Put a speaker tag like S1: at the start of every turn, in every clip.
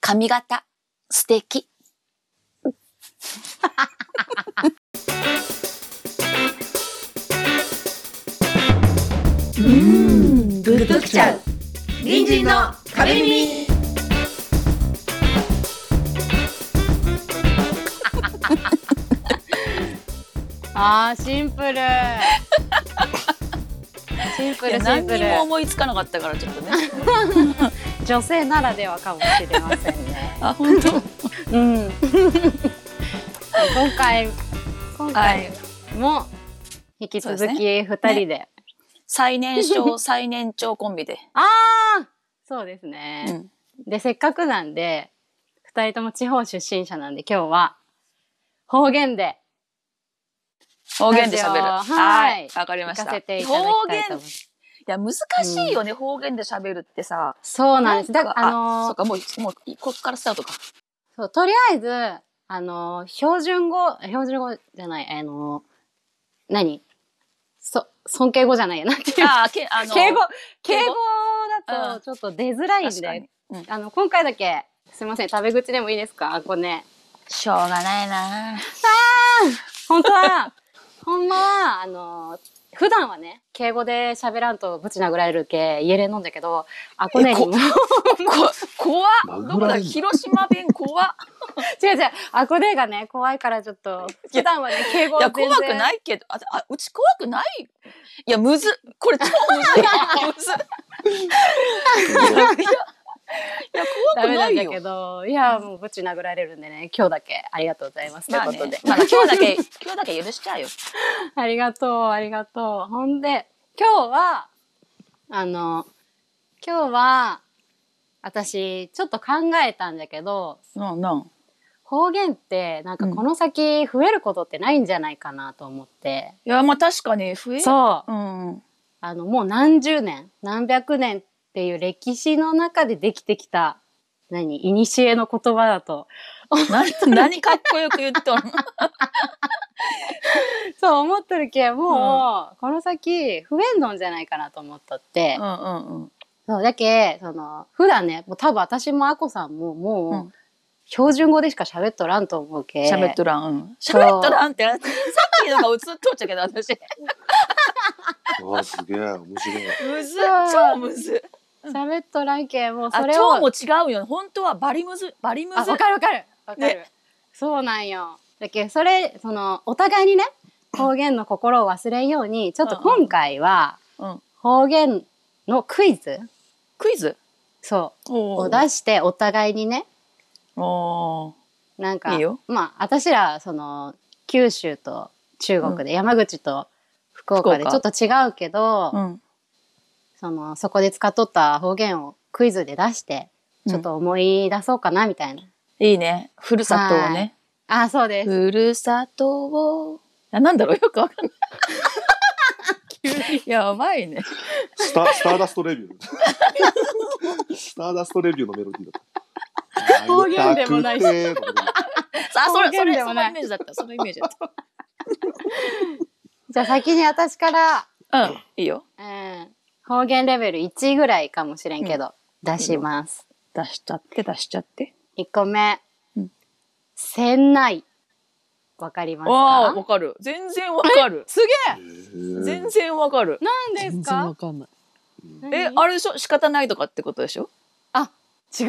S1: 髪型、素敵。
S2: うん
S3: グッときちゃう
S2: 隣人の壁耳
S3: あーシンプル シンプ
S1: いや
S3: ルシン
S1: 何
S3: プ
S1: に
S3: ル
S1: も思いつかなかったからちょっとね。
S3: 女性ならではかもしれませんね
S1: あ、本当。
S3: うん今回今
S1: はい
S3: 回。も引き続き二人で
S1: 最年少、最年長コンビで。
S3: ああそうですね、
S1: うん。
S3: でせっかくなんで二人とも地方出身者なんで今日は方言で
S1: 方言で喋る。
S3: ラジオ
S1: は
S3: はい
S1: い。わかり
S3: 行
S1: まし
S3: か
S1: た。
S3: せていただき
S1: 方
S3: たい
S1: 言
S3: と思います
S1: いや、難しいよね、方言で喋るってさ。
S3: そうなんです。だ
S1: か
S3: あ
S1: あ、そ
S3: の
S1: うか、もう、もう、こっからスタートか。
S3: そうとりあえず、あの標準語、標準語じゃない、あの何そ、尊敬語じゃないや、なんていう
S1: あー、け、あの、
S3: 敬語、
S1: 敬
S3: 敬
S1: 語
S3: 語だ
S1: うん
S3: とちょっと出づらいん
S1: 確か
S3: で
S1: に、。うん。
S3: あの、今回だけ、すいません、食べ口でもいいですかこれね。
S1: しょうがない な
S3: 本当は、 ほんまは、あの、普段はね、敬語で喋らんとぶち殴られるけ、家で飲んだけど、あこねにも、
S1: こ、怖
S2: まぐ
S1: っ。
S2: ら
S1: どこだ
S2: い
S1: 広島弁怖っ。
S3: 違う違う、あこねがね、怖いからちょっと、普段はね、敬語
S1: いや、
S3: 全然
S1: 怖くないけど、あ、あうち怖くないいや、むず。これ超むずい。 むずい。いや、怖
S3: ダ
S1: く
S3: メ
S1: な
S3: なん
S1: い
S3: だ
S1: よ。
S3: けど、いや、もうぶち殴られるんでね、今日だけありがとうございます。という
S1: まあ
S3: こ
S1: ね
S3: とで、。
S1: まあ、今日だけ、 今日だけ許しちゃうよ。
S3: ありがとう、ありがとう。ほんで、今日は、あの、今日は、私、ちょっと考えたんだけど、
S1: なんなん。
S3: 方言って、なんか
S1: うん
S3: この先増えることってないんじゃないかなと思って。
S1: いや、まあ確かに増え
S3: そう。
S1: うん。
S3: あの、もう何十年、何百年っていう歴史の中でできてきた、何、古の言葉だと
S1: 何、何かっこよく言っと んの
S3: そう思ってるけもう、この先増えんのんじゃないかなと思っとって、
S1: うんうんうん。
S3: そうだけその普段ねもう多分私もあこさんももう、
S1: うん
S3: 標準語でしか喋っとらんと思うけ
S1: 喋っとらん。うん
S3: そう
S1: 喋っとらんって、さっ きのが映っとっちゃうけど、私。
S2: わあすげえ面白い
S1: むずい。
S3: そう
S1: 超むずい。
S3: 喋っとらんけもう
S1: あ、
S3: それを
S1: 超も違うよ。本当はバリムズ、バリム
S3: あ
S1: ズ
S3: わ。かるわかるわかる、
S1: ね
S3: そうなんよだけそれそのお互いにね方言の心を忘れんようにちょっと今回は
S1: うん。
S3: 方言のクイズ
S1: クイズ
S3: そ
S1: お
S3: うを出してお互いにね
S1: お
S3: なんか
S1: いいよ
S3: まあ私らその九州と中国で、山口と福岡で
S1: 福
S3: ちょっ
S1: 岡
S3: と違うけど、
S1: うん。
S3: そのそこで使っとった方言をクイズで出してちょっと思い出そうかなみたいな。
S1: いいね。ふるさとをね。
S3: あそうです。
S1: ふるさとを。あ、なんだろうよくわか んない。やばいね。
S2: スタスターダストレビュースターダストレビューのメロディーだった
S3: 方言でもないし
S2: 会たくて
S1: あ、それ、そ
S3: 方言
S1: れ、そ
S3: でも
S1: の
S3: ない
S1: イメージだった。そのイメージだっ
S3: じゃあ先に私から、
S1: た。うん。いいよ。
S3: うん、方言レベル1ぐらいかもしれんけど、出します。
S1: 出しちゃって、出しちゃって。
S3: 1個目
S1: うん。
S3: せんない。わかります
S1: ああ、
S3: か
S1: わかる。全然わかる。
S3: すげえ
S2: へえ
S1: 全然わかる。
S3: なんですか
S1: かんない。
S3: 何
S1: え、あれでしょ仕方ないとかってことでしょ
S3: 違
S1: え、違
S3: う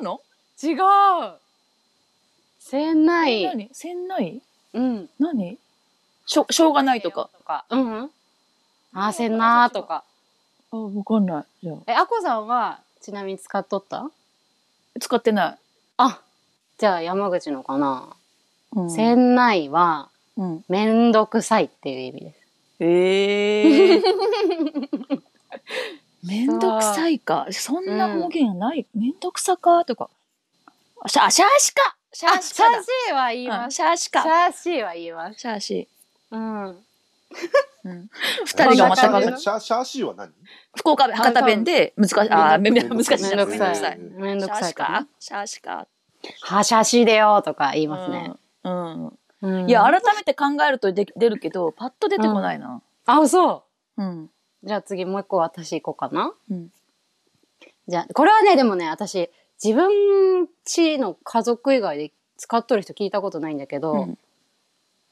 S1: うの
S3: 違うせんない。
S1: 何せんない
S3: うん。
S1: 何しょ、しょうがないとか。
S3: うんうん。あー、せんなーとか。
S1: あ、わかんない。じゃ
S3: え、あこさんは、ちなみに使っとった
S1: あ使ってない。
S3: あ、じゃあ山口のかな。
S1: うん
S3: せんないは、
S1: うん。
S3: めんどくさいっていう意味です。
S1: え えめんどくさいか。そんな方言ない。めんどくさかとか。あシャシャーシか。シャーシ
S3: シャ
S1: か
S3: ーシーは言い
S1: だ。う
S3: ま
S1: ん
S3: す。
S1: シャーシ
S3: シ
S1: か。
S3: ャーシーは言います。
S1: シャーシ。
S3: うん。
S1: うん
S2: え
S1: 二人がまた
S3: こんな
S1: か
S3: 感じ
S2: シャーシャーシーは何
S1: 福岡弁、博多弁で難しい。あー、めめ難しい
S3: め
S1: じ
S3: ん
S1: ゃ
S3: ど
S1: ん。
S3: く
S1: めん
S3: さ
S1: ど
S3: い
S1: くさい。
S3: めん
S1: シ
S3: ど
S1: ャ
S3: く
S1: ー
S3: さい
S1: シ
S3: から
S1: か。。シャーシか。
S3: はしゃしでよとか言いますね。
S1: うん。うん
S3: うん
S1: いや、改めて考えるとで出るけど、パッと出てこないな。
S3: あ、そう。
S1: うん。
S3: じゃあ次もう一個私行こうかな。
S1: うん
S3: じゃあ、これはね、でもね、私、自分ちの家族以外で使っとる人聞いたことないんだけど、
S1: うん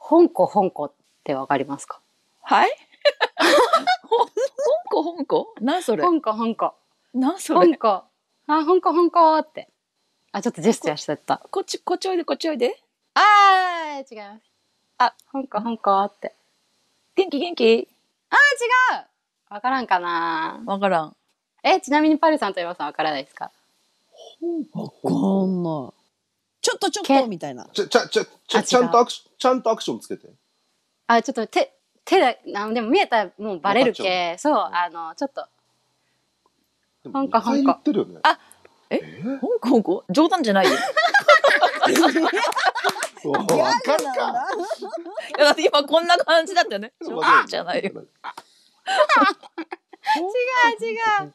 S3: 香港香港ってわかりますか
S1: はいほん香港香港なんそれ
S3: 香港香港
S1: なんそれ
S3: 香港あ香港香港ってあちょっとジェスチャーしちゃった
S1: こっちこっちおいでこっちおいで
S3: あー違います
S1: あ
S3: 香港香港って
S1: 元気元気
S3: あ違うわからんかな
S1: わからん
S3: えちなみにパルさんと岩さんわからないですか
S4: わかんない。ちょっとちょっと
S3: け
S4: みたいな。
S2: ちゃ、ちゃ、ちゃ、ち
S3: あ
S2: ゃ、ちゃ
S3: 違う
S2: んとアクション、ちゃんとアクションつけて。
S3: あちょっと手手だあでも見えたらもうバレる
S2: わかっ
S3: けそうあのちょっと
S2: でも
S3: なんか
S2: 二回言ってるよね。
S1: あえ香港香港冗談じゃないよい
S2: おわかるか。
S1: やだって今こんな感じだったよね冗談じゃないよ
S3: 違う違う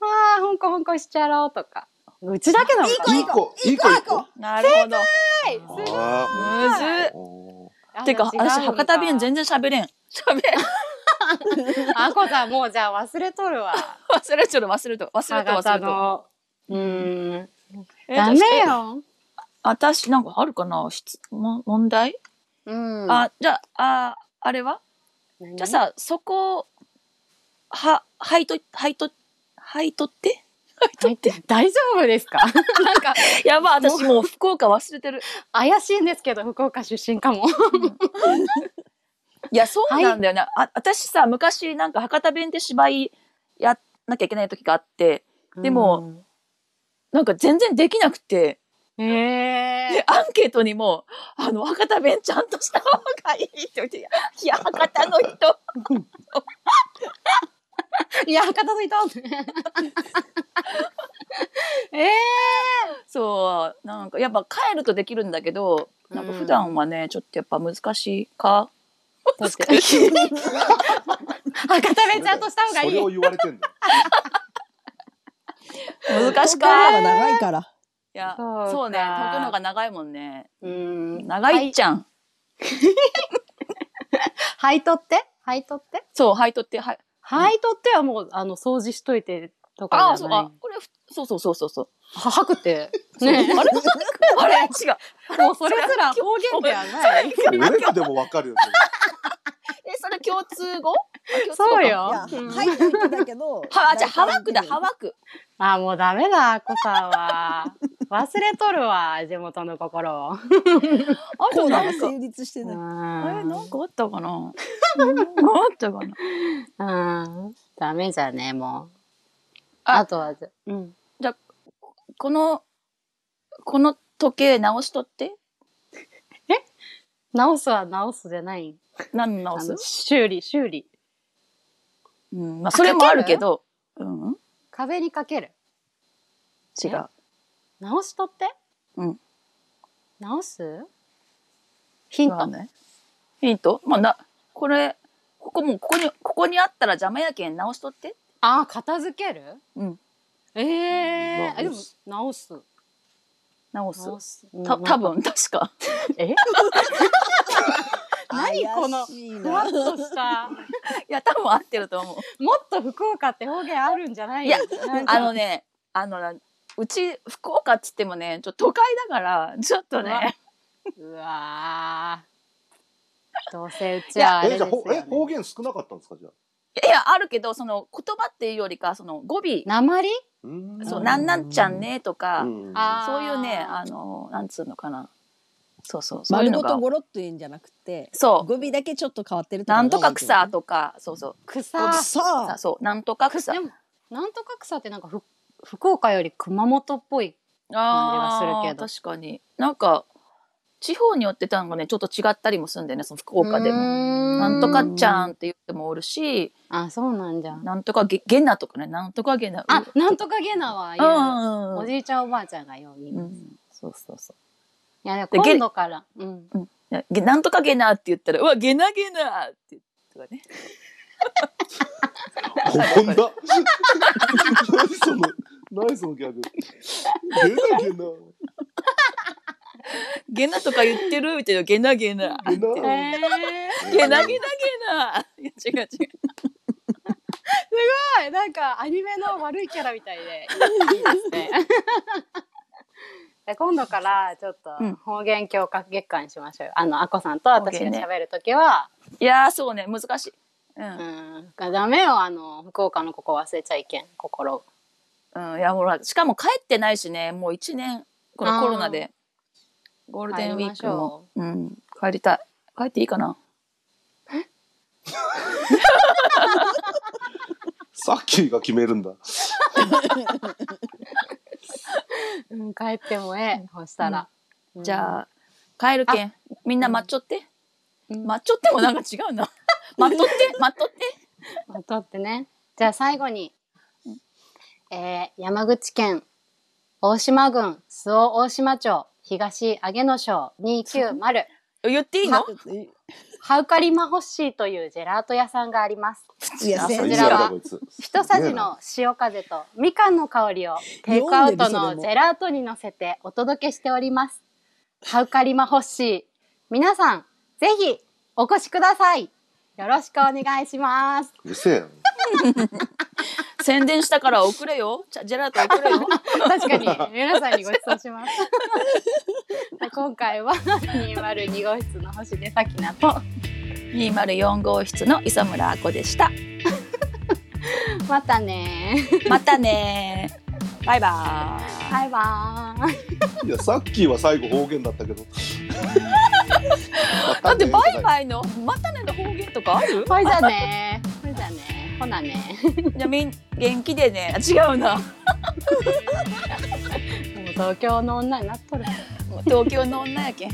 S3: ああ香港香港しちゃろうとかうちだけなのか
S2: いい
S3: な
S2: 子、いい子、いい子。
S1: なるほど
S3: はいすごい
S2: あ
S1: むず
S2: ーお
S1: っってか私博多弁全然喋れん 喋れん
S3: あこさんもうじゃあ忘れとるわ
S1: 忘れちゃる忘れとる忘れとる忘
S3: 博多
S1: れとる
S3: のうーん
S1: え
S3: ダメよ
S1: 私なんかあるかな質問問題、
S3: うん
S1: あじゃあああれは
S3: 何
S1: じゃあさそこははいとはいとはいとって
S3: 入って大丈夫ですか なんか
S1: やばい私もう福岡忘れてる
S3: 怪しいんですけど福岡出身かも
S1: いやそうなんだよね、あ私さ昔なんか博多弁で芝居やんなきゃいけない時があって でもなんか全然できなくて
S3: うんえー
S1: でアンケートにも「あの博多弁ちゃんとした方がいい」って言って「いやいや博多の人
S3: いや、片付いた ええ
S1: そうなんかやっぱ帰るとできるんだけどなんか普段はね、ちょっとやっぱ難しいか
S3: ー、確かに。あ、片目ちゃんとした方が
S2: ーそ
S3: いい。
S2: れ
S3: う
S2: を言われてんだよ。
S1: 難し
S4: 言
S1: か
S4: 葉が
S1: い
S4: 長いから。
S1: や
S3: そうか
S1: そうね解くのが長いもんね
S3: ーん。
S1: 長いっちゃん、
S3: はい、とってはいとって
S1: そうはいとってはい
S3: はいとってはもう、あの、掃除しといてとかじゃない。
S1: ああそうかこれふそうそうそうそうそう
S3: は、はくて。ね
S1: あれあれ違う
S3: もうそれすら表現ではない。
S2: 俺らでもわかるよ。
S1: えそれ共通語あ共通語か
S3: そう
S4: い
S3: よ
S4: や、。
S3: うん
S4: はいって言ってたけど。
S1: はじゃあはわくだはわく
S3: あ、もうダメだ、こさんは。 忘れとるわ、地元の心を。
S1: あ
S4: コ
S1: と
S4: ーナ
S1: な
S4: ー
S1: んか
S4: が
S1: え
S4: 成立してない。
S1: なんかあったかななんかあったかな
S3: うん。ダメじゃね、もう。
S1: あ
S3: あとは、うん。
S1: このこの時計直しとって
S3: 直すは直すじゃない。
S1: 何直
S3: あ
S1: す
S3: の修理、修理。
S1: うんまあ、それもあるけど、うん、
S3: 壁にかける。
S1: 違う。
S3: 直しとって。
S1: うん。
S3: 直すヒント。
S1: ね。ヒントまあ、な、これ、ここも、ここに、ここにあったら邪魔やけん直しとって。
S3: ああ、片付ける
S1: うん。
S3: ええー。あ、でも
S2: 直す、
S1: 直
S3: 直す。
S1: す。
S3: 直す。
S1: た、
S3: うん
S1: 多。分確か。
S3: え何この
S4: 怪しい
S3: ふわ
S4: な
S3: っとした。
S1: いや、多分合ってると思う。
S3: もっと福岡って方言あるんじゃない
S1: いや
S3: なんか
S1: あのね、あのな、うち、福岡っつってもね、ちょっと都会だから、ちょっとね、
S3: うわーどうせうちはあれ
S2: え、じ
S3: です
S2: ゃあ、ほ
S3: よ、
S2: え、
S3: ね。
S2: 方言少なかったんですか、じゃあ。
S1: いや、あるけど、その、言葉っていうよりか、その、語尾、
S3: 鉛
S2: うーん
S1: そう、なんなんちゃんねとか、
S2: うん
S3: あー
S1: そういうね、あの、なんつうのかな。そうそう、そういう
S4: 丸
S1: の
S4: ごと
S1: が。
S4: ゴロっと言うんじゃなくて、
S1: そう。
S4: 語尾だけちょっと変わってるってこ
S1: なんと
S4: が多
S1: か
S4: いってこと
S1: 草とか、そうそう。
S3: 草。
S4: さ
S1: さ
S4: あ、
S1: そう、なんとか草。
S3: でもなんとか草ってなんかふ福岡より熊本っぽい
S1: あ
S3: 感じがするけ
S1: ー
S3: ど
S1: 確かに。なんか、地方によって単語ね、ちょっと違ったりもするんだよね、その福岡でも。な
S3: なん
S1: とかちゃんって言ってもおるし、
S3: あそうなんじゃ
S1: なんとかげゲナとかね、なんとかゲナ。
S3: あなんとかゲナは
S1: う
S3: 言
S1: ん
S3: う、
S1: うんう
S3: お
S1: ん
S3: じいちゃんおばあちゃんがよう言
S1: う
S3: う、い
S1: ん。そうそうそ
S3: やで
S1: で
S3: も
S1: ゲ
S3: 今度から、うん、
S1: う。げなんとかゲナって言ったら、うわ、ゲナゲナって。とかね、
S2: こん な。何その、何そのギャグ。出なきゃな。
S1: ゲナとか言ってるみたいなゲナゲナ
S2: ゲナ
S1: って
S2: え
S3: え
S1: ゲナゲナゲナいや違う違う
S3: ごいなんかアニメの悪いキャラみたいでいいですね で今度からちょっ
S1: うん
S3: と方言強化月間にしましょうよあのあこさんと私
S1: 方言
S3: が
S1: ね
S3: 喋る時は、
S1: いやーそうね難しい。う
S3: うんんがダメよあの福岡のここ忘れちゃいけん心
S1: うん、いやほらしかも帰ってないしねもう1年このコロナでゴールデンウィークもう、ん、帰りたい帰っていいかな
S2: さっきが決めるんだ。
S3: うん帰ってもええそしたら、
S1: じゃ
S3: あ、
S1: あ帰るけんみんな待っちょって、
S3: うん
S1: 待っちょってもなんか違う な待っとって待っとって
S3: まとってね。じゃあ最後に、えー山口県大島郡周防大島町東上野町290
S1: 言っていいの
S3: ハウカリマホッシーというジェラート屋さんがあります。
S4: いや、
S2: 最悪
S4: 全然
S3: こちら
S2: だ
S3: は
S2: こいつ。
S3: 一さじの潮風とみかんの香りをテイクアウトのジェラートに乗せてお届けしております。ハウカリマホッシー。皆さん、ぜひお越しください。よろしくお願いします。
S2: うるせえよ。
S1: 宣伝したから送れよじゃジェラート送れ よ
S3: 確かに 皆さんにご馳走します 今回は202号室の星出咲菜と
S1: 204号室の磯村あこでした
S3: またね
S1: またねバイバーイ
S3: バイバーイ
S2: いや、さっきは最後方言だった けど。
S1: だってバイ
S2: イ。
S1: バイの「またね」の方言とかある
S3: ほいじゃねほいじゃねほなね
S1: じゃあみん元気でねあ違うな
S3: もう東京の女になっとる
S1: もう東京の女やけん